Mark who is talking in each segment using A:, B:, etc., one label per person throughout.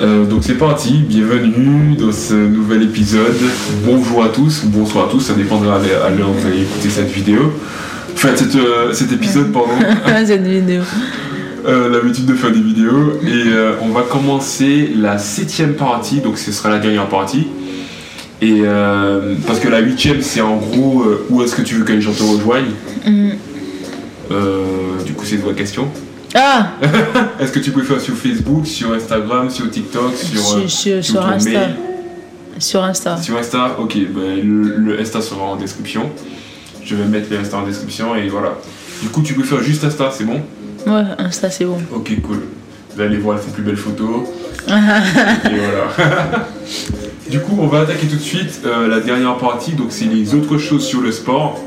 A: Euh, donc c'est parti, bienvenue dans ce nouvel épisode. Bonjour à tous, bonsoir à tous, ça dépendra à l'heure où vous allez écouter cette vidéo. Enfin, cette, euh, cet épisode, pardon.
B: cette vidéo.
A: Euh, l'habitude de faire des vidéos. Et euh, on va commencer la septième partie, donc ce sera la dernière partie. Et euh, parce que la huitième, c'est en gros euh, où est-ce que tu veux que les gens te rejoignent.
B: Hmm.
A: Euh, du coup, c'est une vraie question.
B: Ah
A: Est-ce que tu peux faire sur Facebook, sur Instagram, sur TikTok, sur, euh,
B: Sur, sur-
A: sur
B: sur
A: ton
B: Insta.
A: mail
B: Sur Insta.
A: Sur Insta, ok, ben, le, le Insta sera en description. Je vais mettre les Insta en description et voilà. Du coup, tu peux faire juste Insta, c'est bon
B: Ouais, Insta, c'est bon.
A: Ok, cool. Vous allez voir, elles font plus belles photos. Et voilà. du coup, on va attaquer tout de suite euh, la dernière partie. Donc, c'est les autres choses sur le sport.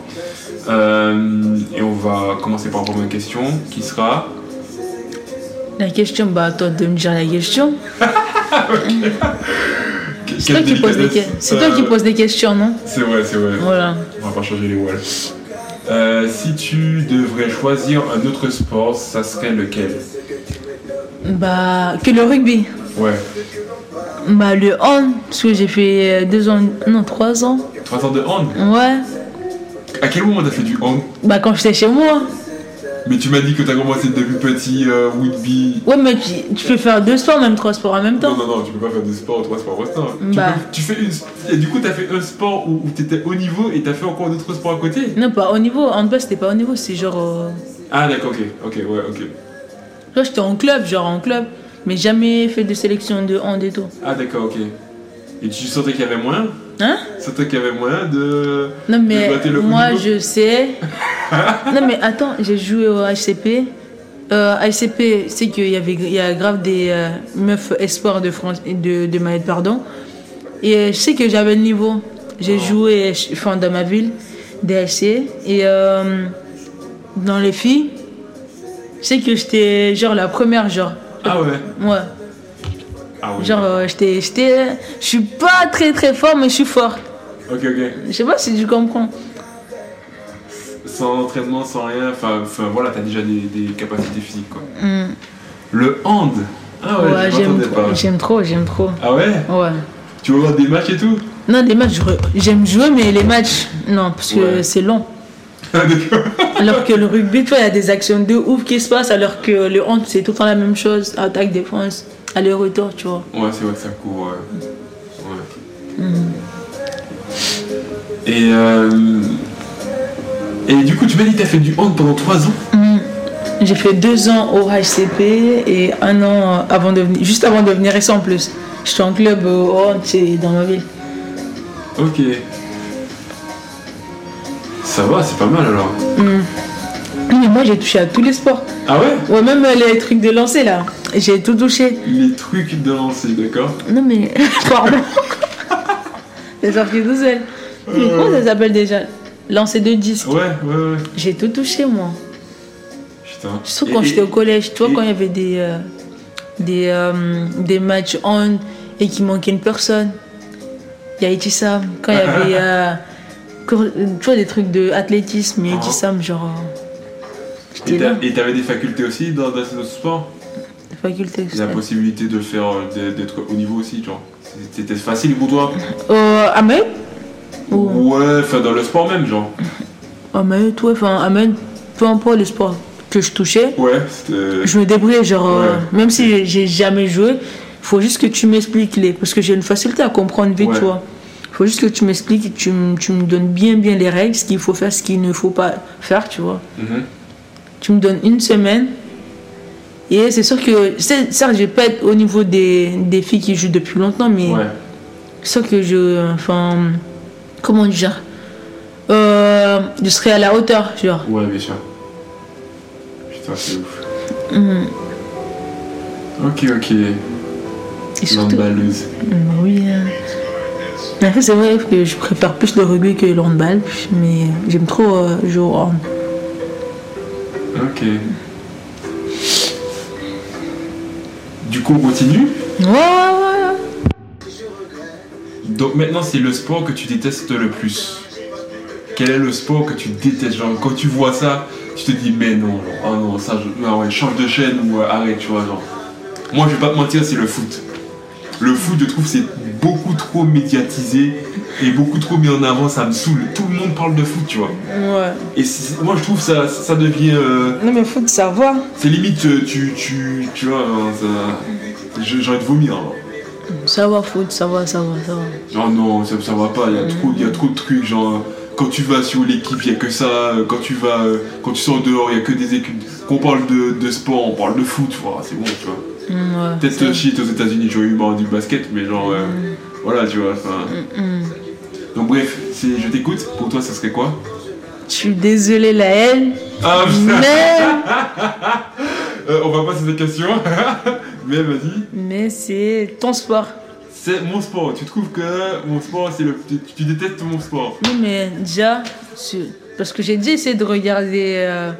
A: Euh, et on va commencer par la première question qui sera.
B: La question, bah, à toi de me dire la question. C'est toi,
A: Quelle
B: qui poses des... que-
A: délicatesse.
B: c'est toi qui
A: Euh,
B: poses des questions, non
A: C'est vrai, c'est vrai.
B: Voilà.
A: On va pas changer les walls. Euh, si tu devrais choisir un autre sport, ça serait lequel
B: Bah, que le rugby.
A: Ouais.
B: Bah, le hand, parce que j'ai fait euh, deux ans, non, trois ans.
A: Trois ans de hand
B: Ouais.
A: À quel moment t'as fait du hand
B: Bah, quand j'étais chez moi.
A: Mais tu m'as dit que t'as commencé depuis petit, euh, rugby,
B: Ouais, mais tu, tu peux faire deux sports, même trois sports en même
A: Non,
B: temps.
A: non, non, tu peux pas faire de sport, trois sports restreints.
B: Bah.
A: Tu, peux- tu fais une. Et du coup, t'as fait un sport où, où t'étais haut niveau et t'as fait encore d'autres sports à côté
B: Non, pas au niveau. Handball, c'était pas au niveau, c'est genre. euh,
A: Ah, d'accord, ok, ok, ouais, ok.
B: Là, j'étais en club, genre en club, mais jamais fait de sélection de hand et tout.
A: Ah, d'accord, ok. Et tu sentais qu'il y avait moyen
B: Hein
A: Sentais qu'il y avait moyen de.
B: Non, mais
A: battre le haut
B: moi,
A: niveau.
B: je sais. non, mais attends, j'ai joué au HCP. Euh, HCP, c'est qu'il y avait il y a grave des euh, meufs espoirs de, France, de, de Mayotte, pardon. Et euh, je sais que j'avais le niveau. J'ai
A: Oh.
B: joué enfin, dans ma ville, DHC. Et euh, dans les filles, je sais que j'étais genre la première, genre.
A: Ah, ouais.
B: Ouais.
A: Ah, ouais.
B: Genre, euh, j'étais. j'étais- Je suis pas très très fort, mais je suis fort.
A: Ok, ok.
B: Je sais pas si tu comprends.
A: Sans entraînement, sans rien, enfin, enfin, voilà, t'as déjà des, des capacités physiques, quoi.
B: Hmm.
A: Le hand Ah, ouais,
B: Ouais,
A: je
B: j'aime
A: m'attendais
B: trop,
A: pas.
B: j'aime trop, j'aime trop.
A: Ah, ouais
B: Ouais.
A: Tu vas voir des matchs et tout
B: Non, les matchs, je re- j'aime jouer, mais les matchs, non, parce que
A: Ouais.
B: c'est long.
A: Ah, d'accord.
B: Alors que le rugby, tu vois, il y a des actions de ouf qui se passent, alors que le hand, c'est tout le temps la même chose. Attaque, défense, aller-retour, tu vois.
A: Ouais, c'est vrai que ça court. Ouais. Ouais. Et, euh, et du coup, tu m'as dit que t'as fait du hand pendant 3 ans
B: J'ai fait deux ans au HCP et un an avant de venir, juste avant de venir ici en plus. J'étais en club au hand, c'est dans ma ville.
A: Ok. Ça va, c'est pas mal alors.
B: Mais moi, j'ai touché à tous les sports.
A: Ah ouais
B: Ouais, même les trucs de lancer, là. J'ai tout touché.
A: Les trucs de lancer, d'accord
B: Non mais, pardon. C'est sorti tout seul. Mais comment ça s'appelle déjà Lancer de disques.
A: Ouais, ouais, ouais.
B: J'ai tout touché moi.
A: Putain.
B: Surtout
A: Et-
B: quand
A: et-
B: j'étais au collège, tu vois,
A: et-
B: quand il y avait des, euh, des, euh, des matchs on et qu'il manquait une personne. Il y a Itissam. Quand il y avait, euh, cour- tu vois, des trucs de athlétisme, il y a
A: Ah.
B: Itissam, genre, euh, j'étais
A: et
B: là,
A: t'as- Et t'avais des facultés aussi dans, dans ces autres sports
B: faculté.
A: La possibilité de le faire, euh, d'être- d'être au niveau aussi, genre. C'était facile pour toi
B: Euh, à Mayotte Ou-
A: Ouais, enfin dans le sport même, genre.
B: À Mayotte, ouais, enfin, à Mayotte, peu importe le sport que je touchais,
A: Ouais, c'était.
B: Je me débrouille, genre, euh,
A: Ouais.
B: même si j'ai- j'ai jamais joué, faut juste que tu m'expliques les. Parce que j'ai une facilité à comprendre vite,
A: Ouais.
B: tu vois. Faut juste que tu m'expliques, et que tu, me- tu me donnes bien, bien les règles, ce qu'il faut faire, ce qu'il ne faut pas faire, tu vois.
A: Mhm.
B: Tu me donnes une semaine. Et c'est sûr que, c'est- certes, je vais pas être au niveau des, des filles qui jouent depuis longtemps, mais
A: Ouais.
B: c'est sûr que je. Enfin. Comment dire Euh, Je serai à la hauteur, genre.
A: Ouais, bien sûr. Putain, c'est ouf.
B: Mhm.
A: Ok, ok.
B: Et surtout-
A: L'emballeuse.
B: Bah oui. euh. Après, c'est vrai que je préfère plus le rugby que le handball, mais j'aime trop euh, jouer au hand.
A: Ok. Du coup, on continue.
B: Ouais, ouais, ouais.
A: Donc maintenant, c'est le sport que tu détestes le plus. Quel est le sport que tu détestes Genre, quand tu vois ça, tu te dis, mais non, ah genre, oh non, ça, je... non, ouais, change de chaîne ou euh, arrête, tu vois, genre. Moi, je vais pas te mentir, c'est le foot. Le foot, je trouve, c'est beaucoup trop médiatisé et beaucoup trop mis en avant. Ça me saoule. Tout le monde parle de foot, tu vois.
B: Ouais.
A: Et c'est- moi, je trouve ça, ça devient. euh,
B: Non, mais foot, ça va.
A: c'est limite, euh, tu, tu, tu vois, hein, ça- je- j'ai envie de vomir. hein.
B: Ça va, foot, ça va, ça va, ça va.
A: Genre non, ça, ça va pas, il y, a trop- il y a trop de trucs, genre quand tu vas sur l'équipe, il y a que ça, euh, quand tu vas euh, quand tu sors dehors, il y a que des équipes. Qu'on parle de, de sport, on parle de foot, voilà, c'est bon, tu vois.
B: Mm, ouais.
A: Peut-être
B: Ça-
A: euh, shit aux États-Unis, j'aurais eu marre du basket, mais genre euh, voilà, tu vois. enfin.
B: Mm.
A: Donc bref, c'est- je t'écoute, pour toi ça serait quoi
B: Je suis désolée, la haine. Mm.
A: Ah,
B: Mais,
A: euh, On va pas cette question, mais vas-y.
B: mais c'est ton sport.
A: C'est mon sport, tu trouves que mon sport c'est le. Tu, tu détestes mon sport
B: Non, mais déjà, c'est- parce que j'ai déjà essayé de regarder euh,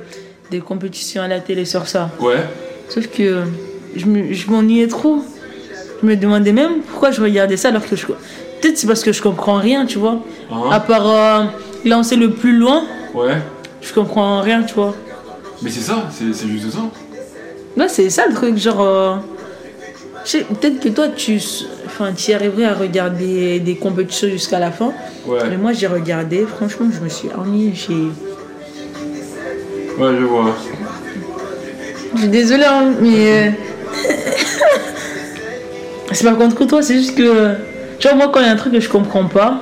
B: des compétitions à la télé sur ça.
A: Ouais,
B: Sauf que euh, je me- je m'ennuyais trop. Je me demandais même pourquoi je regardais ça alors que je. Peut-être c'est parce que je comprends rien, tu vois.
A: Hein
B: À part euh, lancer le plus loin,
A: ouais.
B: je comprends rien, tu vois.
A: Mais c'est ça, c'est c'est juste ça.
B: Là, c'est ça le truc, genre. euh, je sais, Peut-être que toi, tu s- enfin, tu y arriverais à regarder des compétitions jusqu'à la fin.
A: Ouais.
B: Mais moi, j'ai regardé, franchement, je me suis ennuyée. j'ai-
A: Ouais, je vois.
B: Je suis désolée, hein, mais. euh, c'est pas contre toi, c'est juste que. Tu vois, moi, quand il y a un truc que je comprends pas,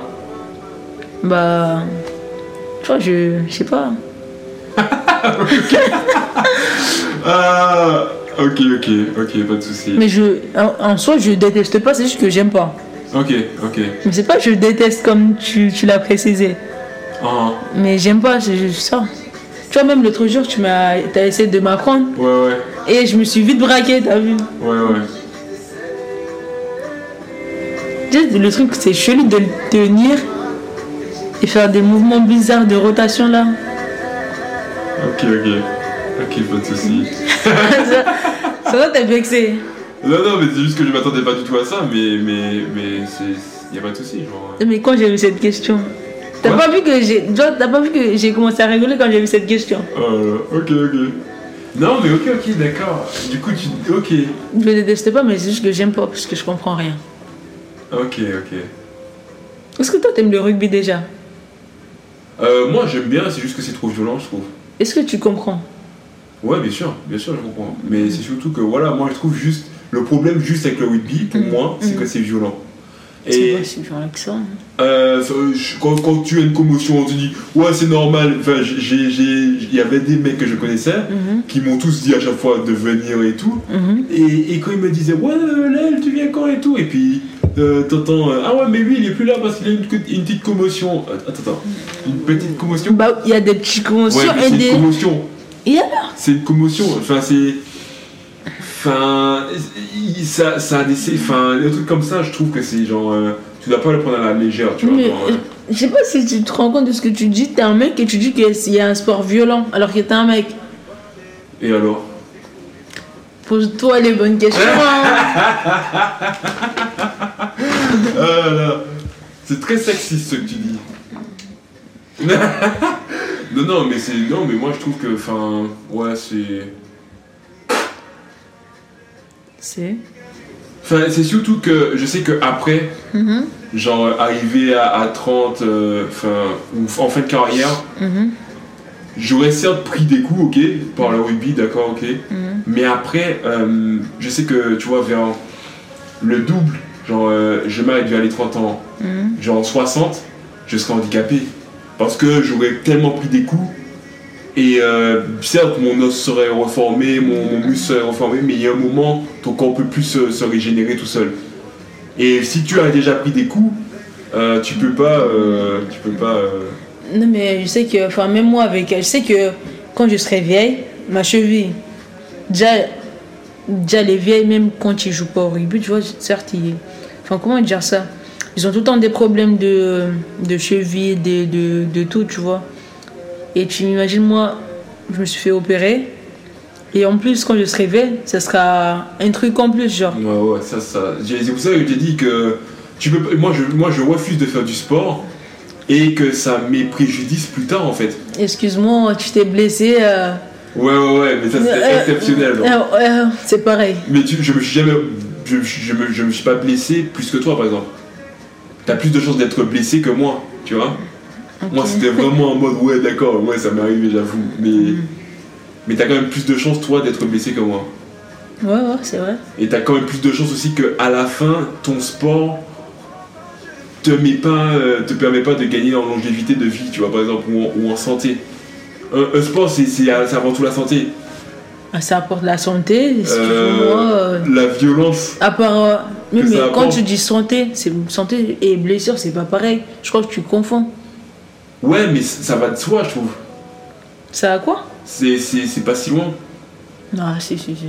B: bah. Tu vois, je. Je sais pas.
A: Ah, ok, ok, ok, pas de soucis.
B: Mais je. En, en soi, je déteste pas, c'est juste que j'aime pas.
A: Ok, ok.
B: Mais c'est pas que je déteste comme tu, tu l'as précisé.
A: Ah,
B: Mais j'aime pas, c'est juste ça. Tu vois, même l'autre jour, tu m'as. T'as essayé de m'apprendre
A: ouais, ouais,
B: et je me suis vite braquée, t'as vu.
A: ouais, ouais.
B: Tu sais, Le truc, c'est chelou de le tenir et faire des mouvements bizarres de rotation là.
A: Ok, ok. Ok, pas de soucis.
B: Ça va, t'es vexé.
A: Non, non, mais c'est juste que je m'attendais pas du tout à ça, mais, mais, mais c'est. Y a pas de soucis, genre.
B: Mais quand j'ai vu cette question T'as
A: Quoi
B: pas vu que j'ai. tu vois, T'as pas vu que j'ai commencé à rigoler quand j'ai vu cette question
A: Euh, ok, ok. Non, mais ok, ok, d'accord. Du coup, tu. Ok.
B: Je le déteste pas, mais c'est juste que j'aime pas parce que je comprends rien.
A: Ok, ok.
B: Est-ce que toi t'aimes le rugby déjà
A: Euh, moi, j'aime bien, c'est juste que c'est trop violent, je trouve.
B: Est-ce que tu comprends
A: Ouais, bien sûr, bien sûr, je comprends. Mais c'est surtout que, voilà, moi, je trouve juste. Le problème, juste avec le rugby, pour
B: Mhm.
A: moi, c'est
B: Mhm.
A: que c'est violent.
B: C'est
A: Et
B: moi, je suis genre accent.
A: Euh, ça, je- quand, quand tu as une commotion, on te dit ouais c'est normal. Enfin, j'ai- j'ai- j'ai- il y avait des mecs que je connaissais
B: Mhm,
A: qui m'ont tous dit à chaque fois de venir et tout.
B: mhm.
A: Et, et quand ils me disaient ouais euh, Lel tu viens quand et tout, et puis euh, t'entends euh, ah ouais mais lui il est plus là parce qu'il a une, une petite commotion. Attends attends une petite commotion.
B: Bah, il y a des petits
A: Ouais,
B: conventions
A: mais
B: et
A: c'est
B: des.
A: une commotion.
B: Et
A: C'est une commotion. Enfin c'est enfin il- ça ça a des c'est- enfin des trucs comme ça je trouve que c'est genre euh, tu dois pas le prendre à la légère tu vois.
B: Mais,
A: genre, euh,
B: euh, je sais pas si tu te rends compte de ce que tu dis. T'es un mec et tu dis qu'il y a un sport violent alors que t'es un mec.
A: Et alors.
B: Pose-toi les bonnes questions. hein.
A: Ah là là. C'est très sexiste ce que tu dis. non non mais c'est non mais moi je trouve que enfin ouais c'est
B: C'est.
A: enfin c'est surtout que je sais que après
B: Mhm,
A: genre euh, arrivé à, à 30 euh, enfin ou f- en fin de carrière
B: mhm,
A: j'aurais certes pris des coups ok par le rugby d'accord ok
B: mhm.
A: mais après euh, je sais que tu vois vers le double genre euh, je m'arrête dû aller 30 ans
B: Mhm.
A: genre en 60, je serais handicapé. Parce que j'aurais tellement pris des coups. Et euh, certes, mon os serait reformé, mon, mon muscle serait reformé, mais il y a un moment, ton corps peut plus se, se régénérer tout seul. Et si tu as déjà pris des coups, euh, tu peux pas. euh, tu peux pas. euh,
B: Non, mais je sais que, enfin, même moi avec elle, je sais que quand je serai vieille, ma cheville, déjà, déjà les vieilles, même quand ils jouent pas au rugby, tu vois, certes, ils. Enfin, comment dire ça Ils ont tout le temps des problèmes de, de cheville, de, de, de tout, tu vois. Et tu m'imagines, moi, je me suis fait opérer. Et en plus, quand je serai vieille, ça sera un truc en plus, genre.
A: Ouais, ouais, ça, ça. j'ai- C'est pour ça que j'ai dit que tu peux, pas- moi, je, moi, je refuse de faire du sport et que ça m'est préjudice plus tard en fait.
B: Excuse-moi, tu t'es blessé. euh,
A: Ouais, ouais, ouais, mais ça, c'est
B: euh,
A: exceptionnel. genre.
B: euh, euh, c'est pareil.
A: Mais tu, je me suis jamais je, je, me, je me suis pas blessé plus que toi, par exemple. T'as plus de chances d'être blessé que moi, tu vois.
B: Ok.
A: Moi, c'était vraiment en mode, ouais, d'accord, ouais, ça m'est arrivé, j'avoue. Mais,
B: Mm.
A: mais t'as quand même plus de chances, toi, d'être blessé que moi.
B: Ouais, ouais, c'est vrai.
A: Et t'as quand même plus de chances aussi que à la fin, ton sport te, met pas, euh, te permet pas de gagner en longévité de vie, tu vois, par exemple, ou en, ou en santé. Un, un sport, c'est c'est- c'est avant tout la santé.
B: Ah, Ça apporte la santé. si tu veux,
A: Euh,
B: moi, euh,
A: La violence.
B: À part. euh, mais
A: que ça
B: mais quand
A: apporte.
B: tu dis santé, c'est santé et blessure, c'est pas pareil. Je crois que tu confonds.
A: Ouais, mais c- ça va de soi, je trouve.
B: Ça a quoi
A: C'est- C'est c'est pas si loin.
B: Ah, si, si, si.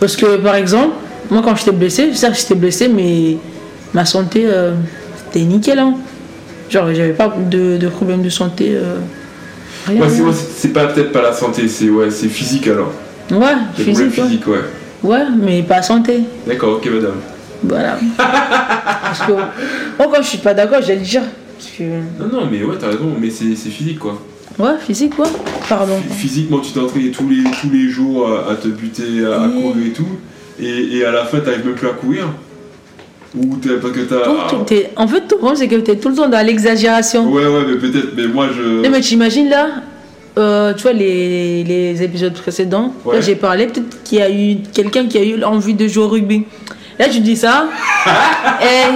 B: Parce que par exemple, moi quand j'étais blessé, certes j'étais blessé, mais ma santé, euh, c'était nickel. Hein. Genre, j'avais pas de, de problème de santé. euh, rien. hein.
A: Ouais, c'est ouais, c'est- c'est pas peut-être pas la santé, c'est ouais, c'est physique alors.
B: Ouais,
A: Les problèmes
B: physique, ouais.
A: physiques, ouais.
B: Ouais, mais pas santé.
A: D'accord, ok madame.
B: Voilà. Parce que moi, quand je suis pas d'accord, je vais le dire. Parce que...
A: Non, non, mais ouais, t'as raison, mais c'est c'est physique quoi.
B: Ouais, physique, quoi. Pardon.
A: Phy- Physiquement, tu t'entraînes tous les, tous les jours à, à te buter, à, à
B: Oui.
A: courir et tout, et, et à la fin, t'arrives même plus à courir. Ou t'as parce que
B: Donc,
A: t'as. ah,
B: tout- t'es- En fait, ton problème, c'est que t'es tout le temps dans l'exagération.
A: Ouais, ouais, mais peut-être, mais moi je.
B: Non, mais t'imagines là, euh, tu vois, les, les épisodes précédents,
A: Ouais.
B: là, j'ai parlé, peut-être qu'il y a eu quelqu'un qui a eu envie de jouer au rugby. Là, tu dis ça, et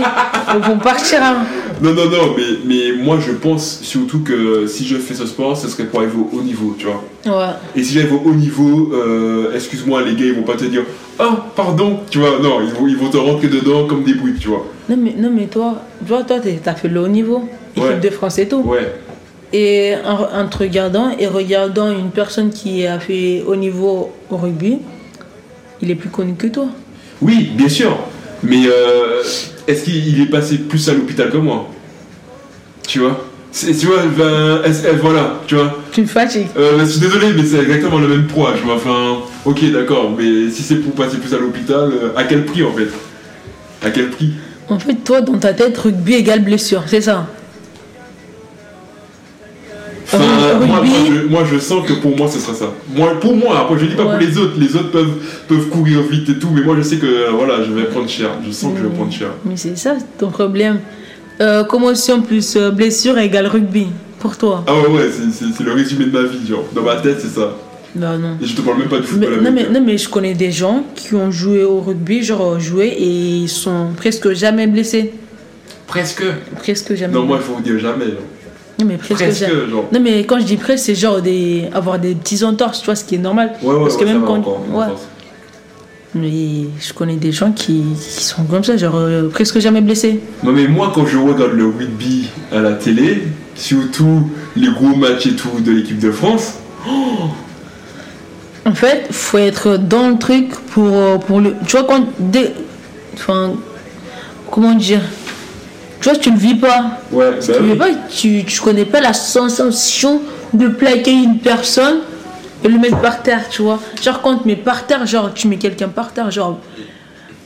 B: ils vont partir. hein.
A: Non, non, non, mais, mais moi je pense surtout que si je fais ce sport, ce serait pour arriver au haut niveau, tu vois.
B: Ouais.
A: Et si j'arrive au haut niveau, euh, excuse-moi les gars, ils vont pas te dire Ah, pardon, tu vois, non, ils vont, ils vont te rentrer dedans comme des bruits, tu vois.
B: Non, mais, non, mais toi, tu vois, toi, t'es- t'as fait le haut niveau, équipe
A: Ouais.
B: de France et tout.
A: Ouais,
B: Et en, en te regardant et regardant une personne qui a fait haut niveau au rugby, il est plus connu que toi.
A: oui, bien sûr, mais euh, est-ce qu'il il est passé plus à l'hôpital que moi Tu vois C'est- Tu vois, ben, est-ce- eh, voilà, tu vois.
B: Tu me fatigues.
A: Euh, je suis désolé, mais c'est exactement le même poids, tu vois. Enfin, ok, d'accord, mais si c'est pour passer plus à l'hôpital, euh, à quel prix en fait À quel prix
B: En fait, toi, dans ta tête, rugby égale blessure, c'est ça
A: Enfin,
B: Rugby.
A: Euh, moi, moi, je, moi, je sens que pour moi ce sera ça. Moi, pour moi, après je dis pas
B: Ouais.
A: pour les autres, les autres peuvent, peuvent courir vite et tout, mais moi je sais que euh, voilà, je vais prendre cher. Je sens que je vais prendre cher.
B: Mais c'est ça ton problème. Euh, commotion plus euh, blessure égale rugby, pour toi
A: Ah ouais, ouais, c'est- c'est c'est le résumé de ma vie, genre. Dans ma tête, c'est ça.
B: Ben non.
A: Et je te parle même pas de
B: Mais-
A: football
B: non, mais,
A: américain.
B: non, mais je connais des gens qui ont joué au rugby, genre euh, joué, et ils sont presque jamais blessés.
A: Presque.
B: Presque jamais.
A: Non, moi, il faut vous dire jamais. genre.
B: Non, mais presque,
A: Presque,
B: jamais.
A: genre.
B: Non, mais quand je dis presque, c'est genre des... avoir des petits entorses, tu vois, ce qui est normal.
A: Ouais, ouais,
B: Parce que
A: ouais, ça
B: même
A: va
B: quand-
A: encore, on
B: ouais.
A: pense.
B: Mais je connais des gens qui, qui sont comme ça, genre euh, presque jamais blessés.
A: Non, mais moi, quand je regarde le rugby à la télé, surtout les gros matchs et tout de l'équipe de France,
B: En fait, faut être dans le truc pour, euh, pour le. Tu vois, quand. dès- Enfin. Comment dire Tu vois, tu ne vis pas.
A: ouais, bah
B: Tu ne
A: oui.
B: vis pas, tu, tu connais pas la sensation de plaquer une personne et le mettre par terre, tu vois. Genre, quand tu mets par terre, genre, tu mets quelqu'un par terre, genre.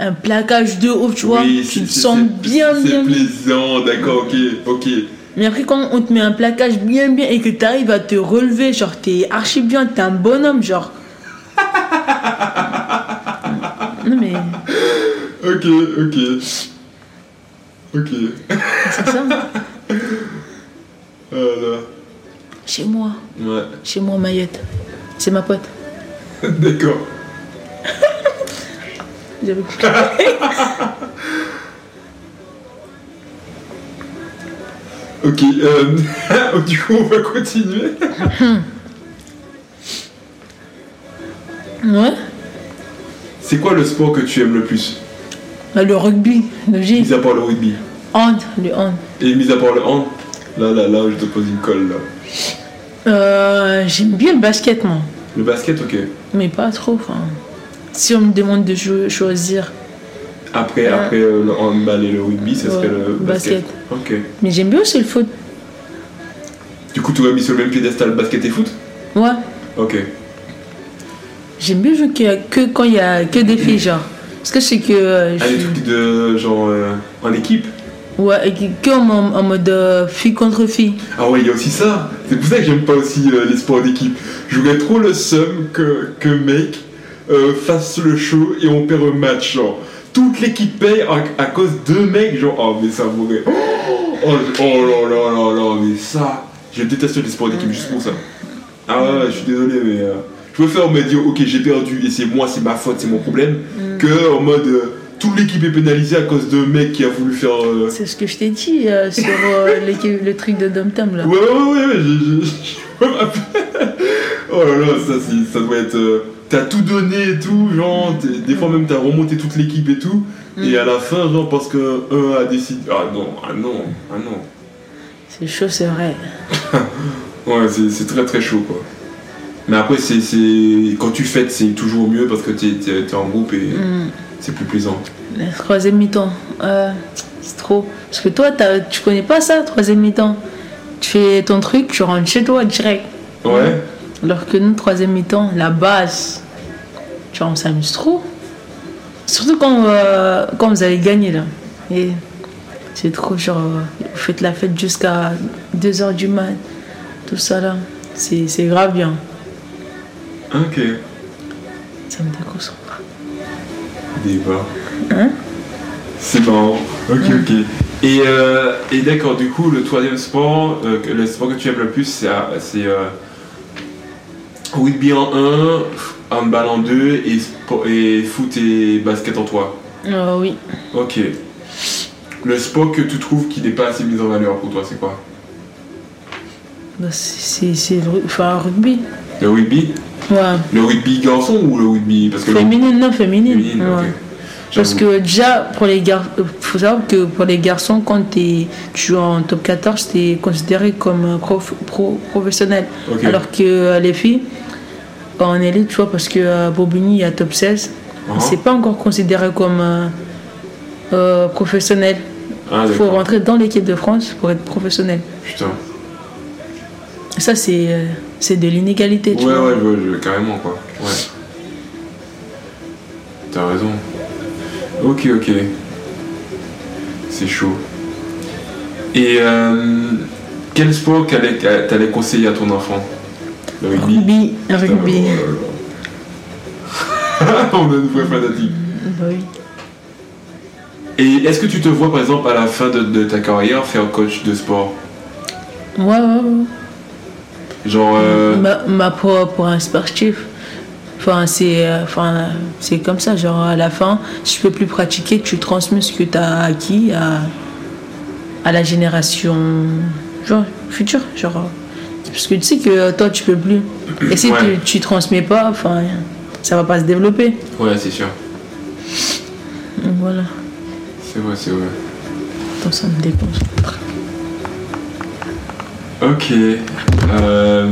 B: Un plaquage de haut, tu vois.
A: Oui,
B: tu
A: c'est-
B: te
A: c'est-
B: sens
A: c'est-
B: bien, bien.
A: C'est plaisant, d'accord, ok, ok.
B: Mais après, quand on te met un plaquage bien, bien et que tu arrives à te relever, genre, t'es archi bien, t'es un bonhomme, genre. non, mais
A: Ok, ok. Ok.
B: c'est ça.
A: Voilà.
B: Chez moi,
A: Ouais.
B: chez moi, Mayotte. C'est ma pote.
A: D'accord.
B: J'avais compris.
A: Ok. euh, du coup, on va continuer.
B: Ouais.
A: C'est quoi le sport que tu aimes le plus
B: Bah, le rugby, le G.
A: Mis à part le rugby.
B: Hand, le hand.
A: Et mis à part le hand Là, là, là, je te pose une colle, là.
B: Euh, J'aime bien le basket, moi.
A: Le basket, ok.
B: Mais pas trop, enfin. Si on me demande de cho- choisir.
A: Après,
B: Ouais.
A: après euh, le handball et le rugby, ça serait
B: Ouais,
A: le basket. Ok.
B: Mais j'aime bien aussi le foot.
A: Du coup, tu aurais mis sur le même piédestal basket et foot
B: Ouais.
A: Ok.
B: J'aime bien jouer que, que quand il y a que des filles, genre. Parce que c'est que. euh, je
A: Ah, les
B: suis-
A: trucs de genre euh, en équipe
B: Ouais, et qui- que en, en mode euh, fille contre fille.
A: Ah ouais, il y a aussi ça. C'est pour ça que j'aime pas aussi euh, les sports d'équipe. J'aurais trop le seum que, que mec euh, fasse le show et on perd un match, genre. Toute l'équipe paye à, à cause de mecs, genre, oh, mais ça mourrait. Oh, oh, oh là là là là, mais ça. Je déteste les sports d'équipe juste pour ça. Ah ouais, je suis désolé, mais. euh, je préfère me dire, ok, j'ai perdu et c'est moi, c'est ma faute, c'est mon problème, que en mode. euh, toute l'équipe est pénalisée à cause de mec qui a voulu faire. euh,
B: C'est ce que je t'ai dit euh, sur euh, le, le truc de Dom Tom là.
A: Ouais, ouais, ouais, ouais, je, je- je me rappelle. Oh là là, ça, c'est- ça doit être. euh, t'as tout donné et tout, genre, t'es- des fois même t'as remonté toute l'équipe et tout, et à la fin, genre, parce que un a décidé. Ah non, ah non, ah non.
B: C'est chaud, c'est vrai.
A: Ouais, c'est c'est très très chaud quoi. Mais après, c'est c'est- quand tu fêtes, c'est toujours mieux parce que t'es t'es- t'es en groupe et
B: Mm.
A: c'est plus plaisant.
B: La troisième mi-temps, euh, c'est trop. Parce que toi, t'as- tu connais pas ça, troisième mi-temps. Tu fais ton truc, tu rentres chez toi direct.
A: Ouais,
B: Alors que nous, troisième mi-temps, la base, tu vois, on s'amuse trop. Surtout quand, euh, quand vous allez gagner là. Et c'est trop, genre, euh, vous faites la fête jusqu'à 2h du mat, tout ça là. C'est c'est grave bien.
A: ok.
B: Ça me déconcentre.
A: Débat.
B: Hein
A: C'est marrant. Ok, ok. Et, euh, et d'accord, du coup, le troisième sport, euh, que- le sport que tu aimes le plus, c'est euh, c'est, euh, rugby en 1, handball en 2 et, spo- et foot et basket en 3.
B: Euh, oui.
A: Ok. Le sport que tu trouves qui n'est pas assez mis en valeur pour toi, c'est quoi
B: Bah, c'est c'est le ru- enfin, rugby.
A: Le rugby
B: Ouais.
A: Le rugby garçon ou le rugby Parce que le
B: Féminine, non, féminine.
A: rugby féminine,
B: ouais.
A: ok.
B: Parce
A: J'avoue.
B: que déjà, pour les gar... euh, faut savoir que pour les garçons, quand t'es- tu joues en top 14, tu es considéré comme euh, prof- pro- professionnel.
A: Ok.
B: Alors que euh, les filles, en élite, tu vois, parce que euh, Bobigny, il y a top 16,
A: Uh-huh.
B: c'est pas encore considéré comme euh, euh, professionnel.
A: Ah,
B: Il faut
A: d'accord.
B: rentrer dans l'équipe de France pour être professionnel.
A: Putain.
B: Ça, c'est euh, c'est de l'inégalité,
A: Ouais,
B: tu
A: ouais,
B: vois.
A: je- je- carrément quoi. Ouais. T'as raison. Ok, ok. C'est chaud. Et euh, quel sport qu'allais- qu'allais- t'allais conseiller à ton enfant Le rugby
B: Rugby,
A: Putain,
B: rugby.
A: oh là là. On est une vraie fanatique.
B: Bah oui.
A: Et est-ce que tu te vois par exemple à la fin de, de ta carrière faire coach de sport
B: Ouais, ouais, ouais.
A: Genre. euh,
B: Ma, ma pro pour un sportif, enfin, c'est euh, enfin, c'est comme ça. Genre, à la fin, si tu peux plus pratiquer, tu transmets ce que tu as acquis à, à la génération genre, future. Genre, euh, parce que tu sais que toi, tu peux plus. Et si
A: Ouais.
B: tu, tu transmets pas, enfin, ça va pas se développer.
A: Ouais, c'est sûr.
B: Donc, voilà.
A: C'est vrai, c'est vrai.
B: Attends, ça me déconcentre.
A: Ok. Euh,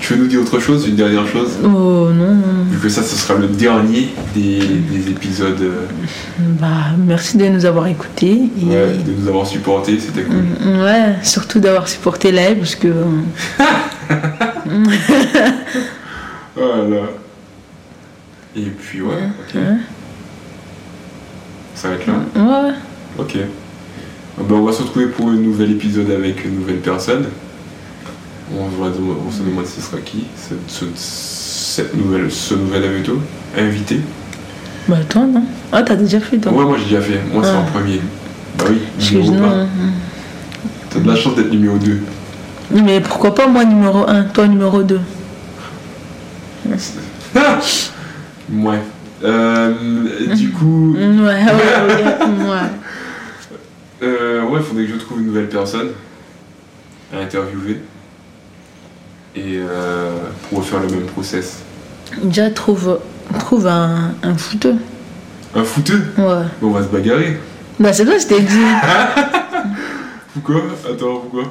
A: tu veux nous dire autre chose, une dernière chose
B: Oh non, non, non.
A: Vu que ça, ce sera le dernier des, des épisodes. euh,
B: Bah, merci de nous avoir écoutés. Et...
A: ouais, de nous avoir supportés, c'était cool.
B: Mm, Ouais, surtout d'avoir supporté l'aide parce que. euh,
A: Voilà. Et puis, ouais, ok.
B: ouais.
A: Ça va être là.
B: Ouais,
A: Ok. Ah ben, on va se retrouver pour un nouvel épisode avec une nouvelle personne. On, va, on se demande ce sera qui, cette, ce, cette nouvelle, ce nouvel invité. invité.
B: bah toi non. Ah t'as déjà fait toi.
A: Ouais, moi j'ai déjà fait. Moi, c'est
B: Ah.
A: en premier. Bah oui,
B: Parce que euh,
A: numéro
B: non,
A: un. T'as de la chance d'être numéro 2.
B: non. Mais pourquoi pas moi numéro 1, toi numéro 2
A: Ouais. Euh, du coup,
B: Ouais, ouais, ouais, ouais.
A: euh, ouais, faudrait que je trouve une nouvelle personne à interviewer et euh, pour refaire le même process.
B: Déjà trouve, trouve un, un fouteux.
A: Un fouteux
B: Ouais.
A: Mais On va se bagarrer.
B: Bah c'est toi je t'ai dit.
A: Pourquoi Attends, pourquoi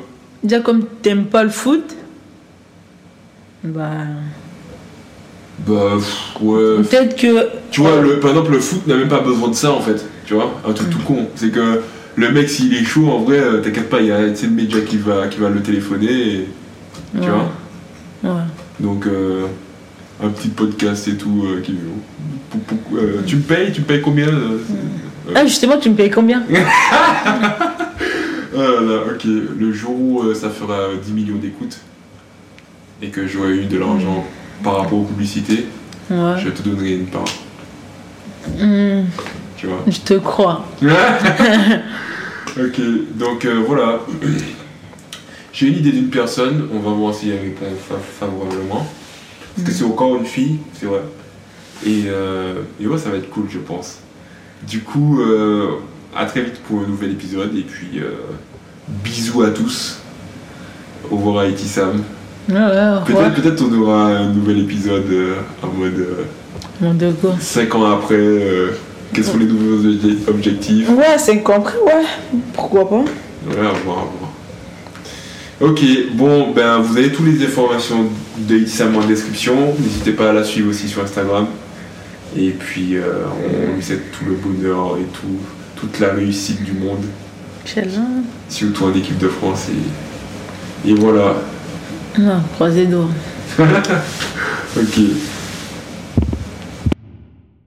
B: Déjà comme t'aimes pas le foot, bah.
A: Bah, pff, ouais.
B: Peut-être que.
A: Tu vois, le, par exemple, le foot n'a même pas besoin de ça en fait. Tu vois, un truc tout con. C'est que le mec, s'il est chaud, en vrai, euh, t'inquiète pas, il y a Etienne Medja qui va, qui va le téléphoner. et- tu
B: Ouais.
A: vois
B: Ouais.
A: Donc euh, un petit podcast et tout euh, qui pou- pou- euh, tu me payes, tu me payes combien euh,
B: Ah justement tu me payes combien
A: Ah là, ok, le jour où euh, ça fera euh, 10 millions d'écoutes et que j'aurai eu de l'argent par rapport aux publicités,
B: Ouais.
A: je te donnerai une part.
B: Hmm,
A: Tu vois
B: je te crois.
A: Ok, donc euh, voilà. J'ai une idée d'une personne, on va voir si elle répond fa- favorablement. Parce que c'est encore une fille, c'est vrai. Et, euh, et ouais, ça va être cool, je pense. Du coup, euh, à très vite pour un nouvel épisode. Et puis, euh, bisous à tous. Au revoir, Haïti Sam.
B: Ouais, ouais, au revoir.
A: Peut-être peut-être on aura un nouvel épisode euh, en mode
B: Mon dogo.
A: 5 ans après. euh, Quels sont les nouveaux obje- objectifs
B: Ouais, c'est compris, ouais. Pourquoi pas
A: Ouais, à voir, à voir. Ok, bon, ben vous avez toutes les informations de Issam en description. N'hésitez pas à la suivre aussi sur Instagram. Et puis, euh, on lui souhaite tout le bonheur et tout, toute la réussite du monde,
B: Inch'Allah.
A: surtout en équipe de France. Et, et voilà.
B: Non, croisez doigts.
A: ok,